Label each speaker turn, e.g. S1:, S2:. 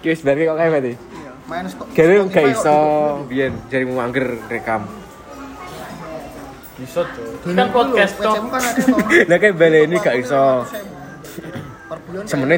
S1: Kiwis bar ki kok kae berarti.
S2: Iya, minus kok.
S1: Gere wong
S2: Spotify
S1: gak
S2: kok
S1: iso
S2: didukung.
S1: biyen jarimu mangger rekam.
S3: Bisa tuh.
S2: Dulu
S3: Kan podcast
S2: dulu,
S3: tok.
S2: WCM kan ada toh.
S1: Lah kayak baleni gak iso.
S2: Per bulan
S1: Semene